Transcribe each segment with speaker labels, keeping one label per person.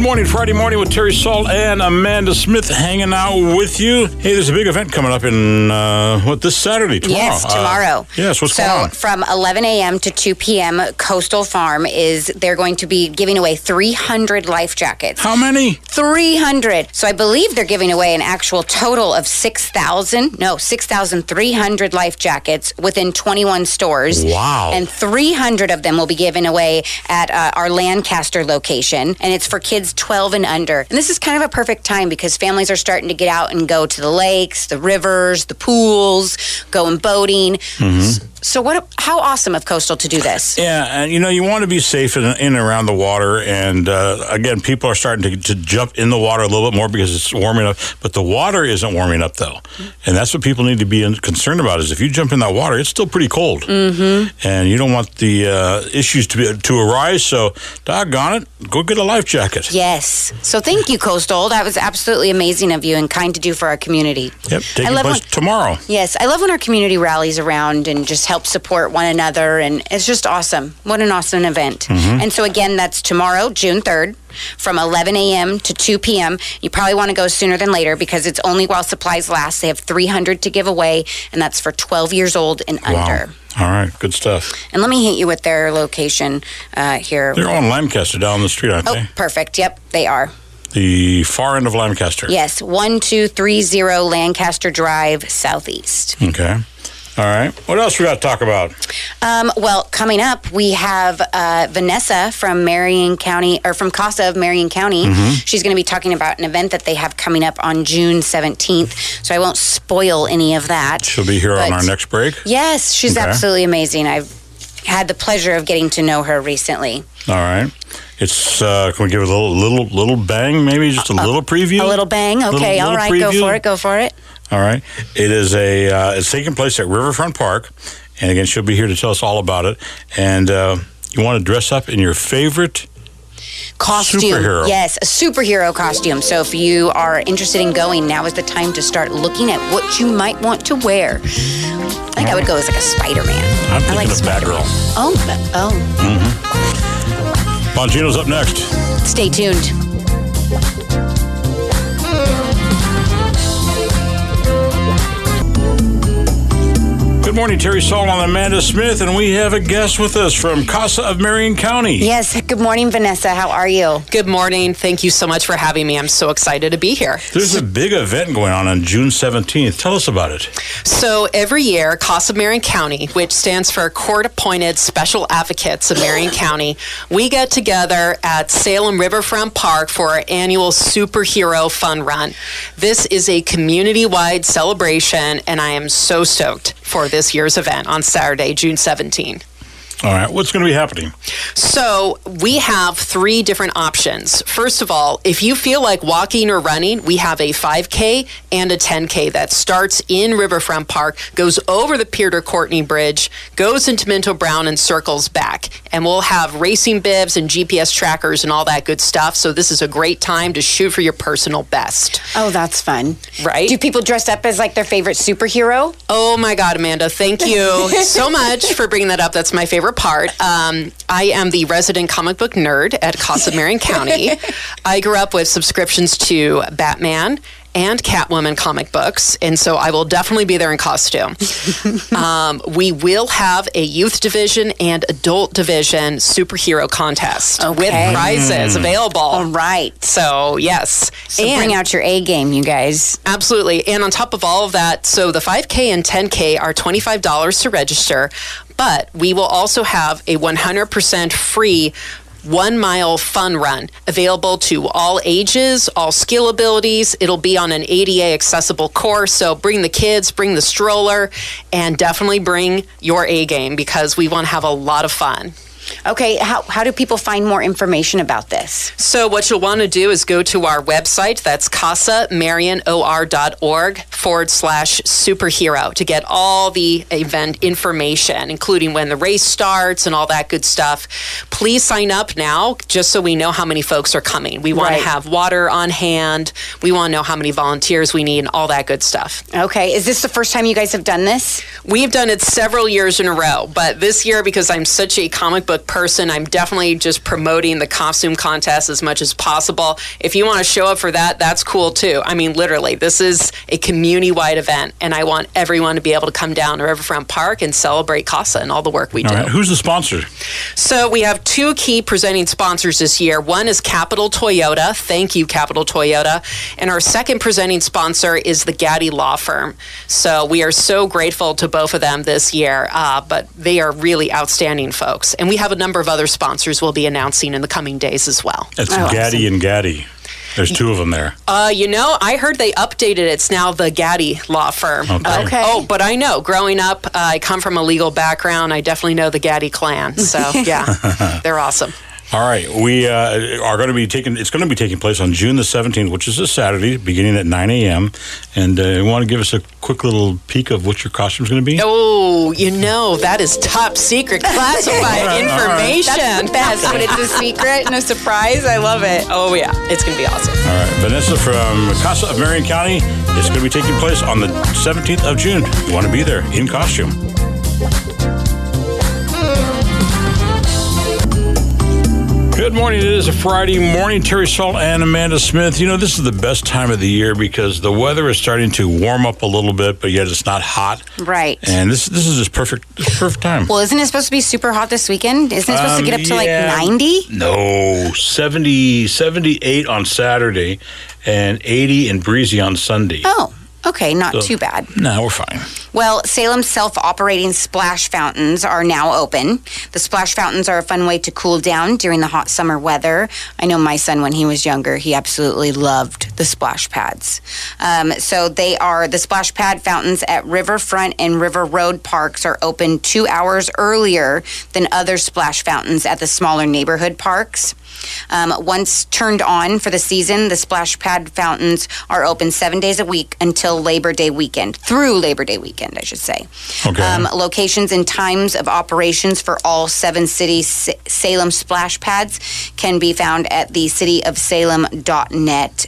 Speaker 1: morning, Friday morning with Terry Salt and Amanda Smith hanging out with you. Hey, there's a big event coming up in, uh, what, this Saturday, tomorrow?
Speaker 2: Yes,
Speaker 1: Uh,
Speaker 2: tomorrow.
Speaker 1: yes, what's
Speaker 2: so
Speaker 1: going on?
Speaker 2: from 11 a.m. to 2 p.m., Coastal Farm is they're going to be giving away 300 life jackets.
Speaker 1: How many?
Speaker 2: 300. So I believe they're giving away an actual total of 6,000, no, 6,300 life jackets within 21 stores.
Speaker 1: Wow.
Speaker 2: And 300 of them will be given away at uh, our Lancaster location. And it's for kids 12 and under. And this is kind of a perfect time because families are starting to get out and go to the lakes, the rivers, the pools, going boating. S- So, what? how awesome of Coastal to do this.
Speaker 1: Yeah, and you know you want to be safe in, in and around the water. And uh, again, people are starting to, to jump in the water a little bit more because it's warming up. But the water isn't warming up though, and that's what people need to be in- concerned about. Is if you jump in that water, it's still pretty cold, mm-hmm. and you don't want the uh, issues to be, to arise. So, doggone it, go get a life jacket.
Speaker 2: Yes. So thank you, Coastal. That was absolutely amazing of you and kind to do for our community.
Speaker 1: Yep,
Speaker 2: I
Speaker 1: taking
Speaker 2: love
Speaker 1: place
Speaker 2: when-
Speaker 1: tomorrow.
Speaker 2: Yes, I love when our community rallies around and just helps support one another, and it's just awesome. What an awesome event! And so again, that's tomorrow, June third, from 11 a.m. to 2 p.m. You probably want to go sooner than later because it's only while supplies last. They have 300 to give away, and that's for 12 years old and under.
Speaker 1: All right, good stuff.
Speaker 2: And let me hit you with their location uh, here.
Speaker 1: They're on Lancaster down the street, aren't
Speaker 2: oh,
Speaker 1: they?
Speaker 2: perfect. Yep, they are.
Speaker 1: The far end of Lancaster.
Speaker 2: Yes, 1230 Lancaster Drive Southeast.
Speaker 1: Okay. All right. What else we got to talk about?
Speaker 2: Um, well, coming up, we have uh, Vanessa from Marion County, or from CASA of Marion County.
Speaker 1: Mm-hmm.
Speaker 2: She's going to be talking about an event that they have coming up on June 17th. So I won't spoil any of that.
Speaker 1: She'll be here on
Speaker 2: But-
Speaker 1: our next break.
Speaker 2: Yes, she's
Speaker 1: Okay.
Speaker 2: absolutely amazing. I've had the pleasure of getting to know her recently.
Speaker 1: All right. It's uh, can we give it a little little little bang maybe just a little preview?
Speaker 2: A little bang.
Speaker 1: Little-
Speaker 2: Okay, all
Speaker 1: little
Speaker 2: right, go
Speaker 1: preview?
Speaker 2: for it, go for it.
Speaker 1: All right. It is a uh, it's taking place at Riverfront Park, and again she'll be here to tell us all about it. And uh, you want to dress up in your favorite.
Speaker 2: costume.
Speaker 1: Superhero.
Speaker 2: Yes, a superhero costume. So if you are interested in going, now is the time to start looking at what you might want to wear. I think I would go as like a Spider Man.
Speaker 1: I'm thinking
Speaker 2: like
Speaker 1: of Batgirl.
Speaker 2: Oh, but- oh,
Speaker 1: Bongino's up next.
Speaker 2: stay tuned.
Speaker 1: Good morning, Terry Saul and Amanda Smith, and we have a guest with us from Casa of Marion County.
Speaker 2: Yes, good morning, Vanessa. How are you?
Speaker 3: Good morning. Thank you so much for having me. I'm so excited to be here.
Speaker 1: There's a big event going on on June 17th. Tell us about it.
Speaker 3: So every year, Casa Marion County, which stands for Court Appointed Special Advocates of Marion County, we get together at Salem Riverfront Park for our annual superhero fun run. This is a community wide celebration, and I am so stoked for this year's event on Saturday, June 17.
Speaker 1: All right. What's going to be happening?
Speaker 3: So we have three different options. First of all, if you feel like walking or running, we have a 5K and a 10K that starts in Riverfront Park, goes over the Peter Courtney Bridge, goes into Minto Brown, and circles back. And we'll have racing bibs and GPS trackers and all that good stuff. So this is a great time to shoot for your personal best.
Speaker 2: Oh, that's fun.
Speaker 3: Right?
Speaker 2: Do people dress up as like their favorite superhero?
Speaker 3: Oh my God, Amanda, thank you so much for bringing that up. That's my favorite part. Um, I am the resident comic book nerd at Casa Marin County. I grew up with subscriptions to Batman and Catwoman comic books, and so I will definitely be there in costume. um, we will have a youth division and adult division superhero contest with
Speaker 2: Okay.
Speaker 3: prizes available.
Speaker 2: All right.
Speaker 3: So, yes.
Speaker 2: So bring out your A game, you guys.
Speaker 3: Absolutely. And on top of all of that, so the 5K and 10K are $25 to register, but we will also have a 100% free one mile fun run available to all ages, all skill abilities. It'll be on an ADA accessible course. So bring the kids, bring the stroller, and definitely bring your A game because we want to have a lot of fun.
Speaker 2: Okay, how, how do people find more information about this?
Speaker 3: So what you'll want to do is go to our website. That's casamarionor.org forward slash superhero to get all the event information, including when the race starts and all that good stuff. Please sign up now just so we know how many folks are coming. We want
Speaker 2: Right.
Speaker 3: to have water on hand. We want to know how many volunteers we need and all that good stuff.
Speaker 2: Okay, is this the first time you guys have done this?
Speaker 3: We've done it several years in a row, but this year, because I'm such a comic book person. I'm definitely just promoting the costume contest as much as possible. If you want to show up for that, that's cool too. I mean, literally, this is a community wide event, and I want everyone to be able to come down to Riverfront Park and celebrate CASA and all the work we
Speaker 1: All
Speaker 3: do.
Speaker 1: right. Who's the sponsor?
Speaker 3: So we have two key presenting sponsors this year. One is Capital Toyota. Thank you, Capital Toyota. And our second presenting sponsor is the Gaddy Law Firm. So we are so grateful to both of them this year, uh, but they are really outstanding folks. And we have a number of other sponsors we'll be announcing in the coming days as well.
Speaker 1: It's
Speaker 2: Oh,
Speaker 1: Gaddy and Gaddy. There's two of them there.
Speaker 3: Uh, you know, I heard they updated it. It's now the Gaddy Law Firm.
Speaker 1: Okay.
Speaker 3: But-
Speaker 2: Okay.
Speaker 3: Oh, but I know. Growing up, uh, I come from a legal background. I definitely know the Gaddy clan. So yeah, they're awesome.
Speaker 1: All right, we uh, are going to be taking. It's going to be taking place on June the seventeenth, which is a Saturday, beginning at nine a.m. And uh, you want to give us a quick little peek of what your costume's going to be?
Speaker 3: Oh, you know, that is top secret classified
Speaker 1: right, all right.
Speaker 3: information.
Speaker 2: That's the best when it's a secret and a surprise. I love it.
Speaker 3: Oh, yeah. It's going to be awesome.
Speaker 1: All right, Vanessa from Casa of Marion County is going to be taking place on the seventeenth of June. You want to be there in costume. Good morning. It is a Friday morning. Terry Salt and Amanda Smith. You know, this is the best time of the year because the weather is starting to warm up a little bit, but yet it's not hot.
Speaker 2: Right.
Speaker 1: And this this is just perfect this is perfect time.
Speaker 2: Well, isn't it supposed to be super hot this weekend? Isn't it supposed
Speaker 1: Um,
Speaker 2: to get up to
Speaker 1: yeah.
Speaker 2: like 90?
Speaker 1: No, 70, 78 on Saturday and 80 and breezy on Sunday.
Speaker 2: Oh, okay. Not
Speaker 1: So-
Speaker 2: too bad.
Speaker 1: No, we're fine.
Speaker 2: Well, Salem's self operating splash fountains are now open. The splash fountains are a fun way to cool down during the hot summer weather. I know my son, when he was younger, he absolutely loved the splash pads. Um, so they are the splash pad fountains at Riverfront and River Road parks are open two hours earlier than other splash fountains at the smaller neighborhood parks. Um, once turned on for the season, the splash pad fountains are open seven days a week until Labor Day weekend, through Labor Day weekend, I should say. Um,
Speaker 1: Okay.
Speaker 2: locations and times of operations for all seven city S- Salem splash pads can be found at the cityofsalem.net.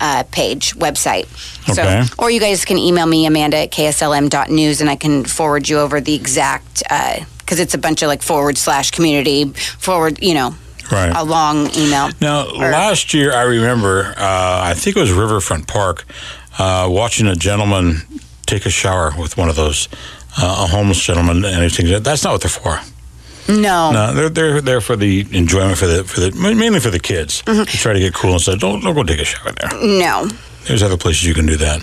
Speaker 2: Uh, page website.
Speaker 1: Okay.
Speaker 2: So, or you guys can email me Amanda at kslm.news and I can forward you over the exact because it's a bunch of like forward slash community forward, you know,
Speaker 1: Right.
Speaker 2: a long email.
Speaker 1: Now, last year, I remember, uh, I think it was Riverfront Park, uh, watching a gentleman take a shower with one of those, uh, a homeless gentleman, and he thinks, that's not what they're for.
Speaker 2: No.
Speaker 1: No, they're they're there for the enjoyment for the for the mainly for the kids
Speaker 2: Mm-hmm.
Speaker 1: to try to get cool and stuff. Don't don't go take a shower there.
Speaker 2: No.
Speaker 1: There's other places you can do that.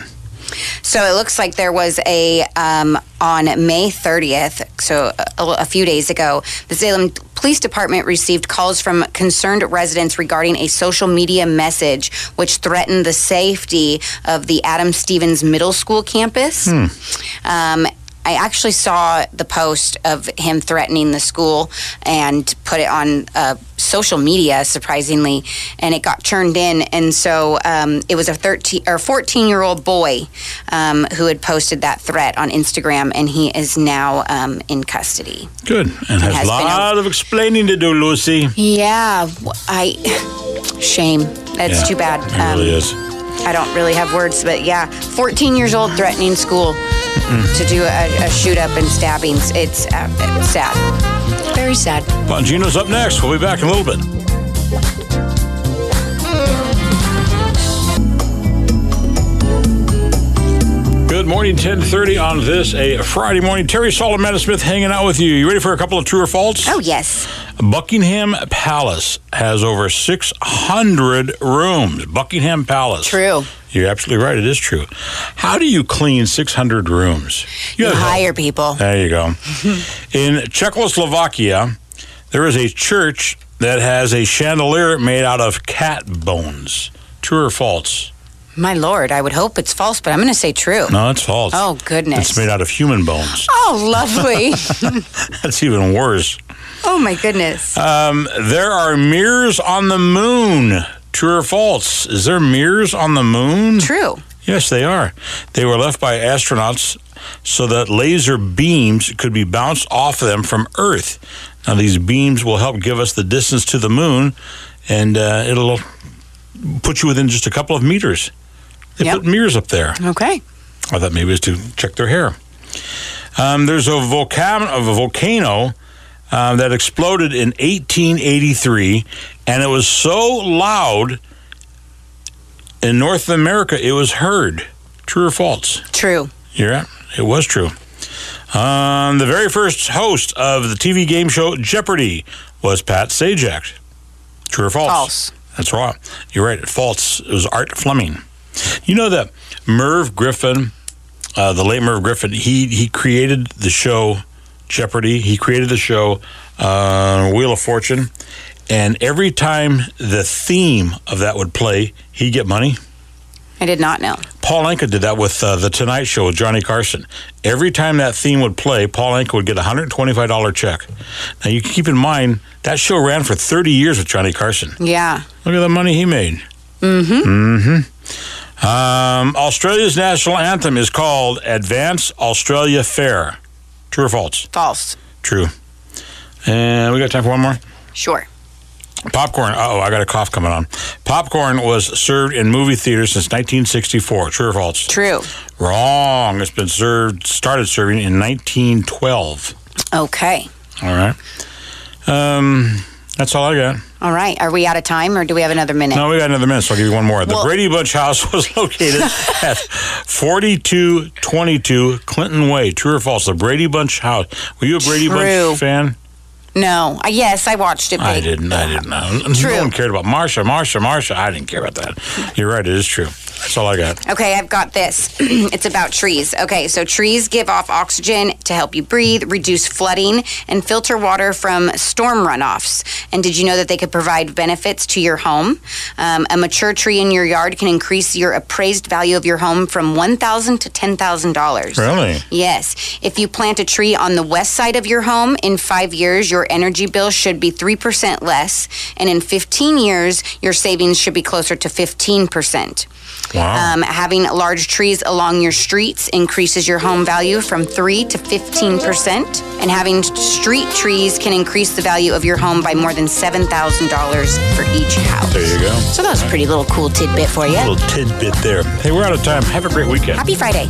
Speaker 2: So it looks like there was a um, on May 30th, so a, a few days ago, the Salem Police Department received calls from concerned residents regarding a social media message which threatened the safety of the Adam Stevens Middle School campus. Um, I actually saw the post of him threatening the school and put it on uh, social media, surprisingly, and it got churned in. And so um, it was a 13 or 14 year old boy um, who had posted that threat on Instagram, and he is now um, in custody.
Speaker 1: Good and has a
Speaker 2: has been
Speaker 1: lot of explaining to do, Lucy.
Speaker 2: Yeah, w- I shame. That's
Speaker 1: Yeah,
Speaker 2: too bad. Um,
Speaker 1: It really is.
Speaker 2: I don't really have words, but yeah, 14 years old threatening school
Speaker 1: Hmm.
Speaker 2: to do a, a shoot up and stabbings. It's, uh, it's sad. Very sad.
Speaker 1: Bongino's up next. We'll be back in a little bit. Good morning, 1030 on this a Friday morning. Terry Solomon Smith hanging out with you. You ready for a couple of true or false?
Speaker 2: Oh, yes.
Speaker 1: Buckingham Palace has over 600 rooms. Buckingham Palace.
Speaker 2: True.
Speaker 1: You're absolutely right. It is true. How do you clean 600 rooms?
Speaker 2: You
Speaker 1: have-
Speaker 2: hire people.
Speaker 1: There you go. In Czechoslovakia, there is a church that has a chandelier made out of cat bones. True or false?
Speaker 2: My lord, I would hope it's false, but I'm going to say true.
Speaker 1: No, it's false.
Speaker 2: Oh, goodness.
Speaker 1: It's made out of human bones.
Speaker 2: Oh, lovely.
Speaker 1: That's even worse.
Speaker 2: oh, my goodness.
Speaker 1: Um, there are mirrors on the moon. True or false? Is there mirrors on the moon?
Speaker 2: True.
Speaker 1: Yes, they are. They were left by astronauts so that laser beams could be bounced off them from Earth. Now, these beams will help give us the distance to the moon, and uh, it'll put you within just a couple of meters. They
Speaker 2: Yep.
Speaker 1: put mirrors up there.
Speaker 2: Okay.
Speaker 1: I thought maybe it was to check their hair. Um, there's a volcano, a volcano um, that exploded in 1883, and it was so loud in North America it was heard. True or false?
Speaker 2: True.
Speaker 1: You're right. It was true. Um, the very first host of the TV game show Jeopardy was Pat Sajak. True or false?
Speaker 3: False.
Speaker 1: That's wrong. You're right. False. It was Art Fleming. You know that Merv Griffin, uh, the late Merv Griffin, he he created the show Jeopardy. He created the show uh, Wheel of Fortune, and every time the theme of that would play, he'd get money.
Speaker 2: I did not know.
Speaker 1: Paul Anka did that with uh, the Tonight Show with Johnny Carson. Every time that theme would play, Paul Anka would get a hundred twenty-five dollar check. Now you keep in mind that show ran for thirty years with Johnny Carson.
Speaker 2: Yeah.
Speaker 1: Look at the money he made. Mm-hmm. Mm-hmm. Um, Australia's national anthem is called "Advance Australia Fair." True or false?
Speaker 3: False.
Speaker 1: True. And we got time for one more.
Speaker 3: Sure.
Speaker 1: Popcorn. Oh, I got a cough coming on. Popcorn was served in movie theaters since 1964. True or false?
Speaker 2: True.
Speaker 1: Wrong. It's been served, started serving in 1912.
Speaker 2: Okay.
Speaker 1: All right. Um, that's all I got.
Speaker 2: All right. Are we out of time or do we have another minute?
Speaker 1: No, we got another minute, so I'll give you one more. The
Speaker 3: Well-
Speaker 1: Brady Bunch house was located at 4222 Clinton Way. True or false? The Brady Bunch house. Were you a Brady
Speaker 2: True.
Speaker 1: Bunch fan?
Speaker 2: No. Uh, yes, I watched it.
Speaker 1: I
Speaker 2: babe.
Speaker 1: didn't. I didn't know.
Speaker 2: True.
Speaker 1: No one cared about Marsha, Marsha, Marsha. I didn't care about that. You're right. It is true. That's all I got.
Speaker 2: Okay, I've got this. it's about trees. Okay, so trees give off oxygen to help you breathe, reduce flooding, and filter water from storm runoffs. And did you know that they could provide benefits to your home? Um, a mature tree in your yard can increase your appraised value of your home from one thousand to ten thousand dollars.
Speaker 1: Really?
Speaker 2: Yes. If you plant a tree on the west side of your home, in five years, your energy bill should be 3% less. And in 15 years, your savings should be closer to 15%.
Speaker 1: Wow.
Speaker 2: Um, having large trees along your streets increases your home value from 3 to 15%. And having street trees can increase the value of your home by more than $7,000 for each house.
Speaker 1: there you go.
Speaker 2: So that was a pretty little cool tidbit for you.
Speaker 1: little tidbit there. Hey, we're out of time. Have a great weekend.
Speaker 2: Happy Friday.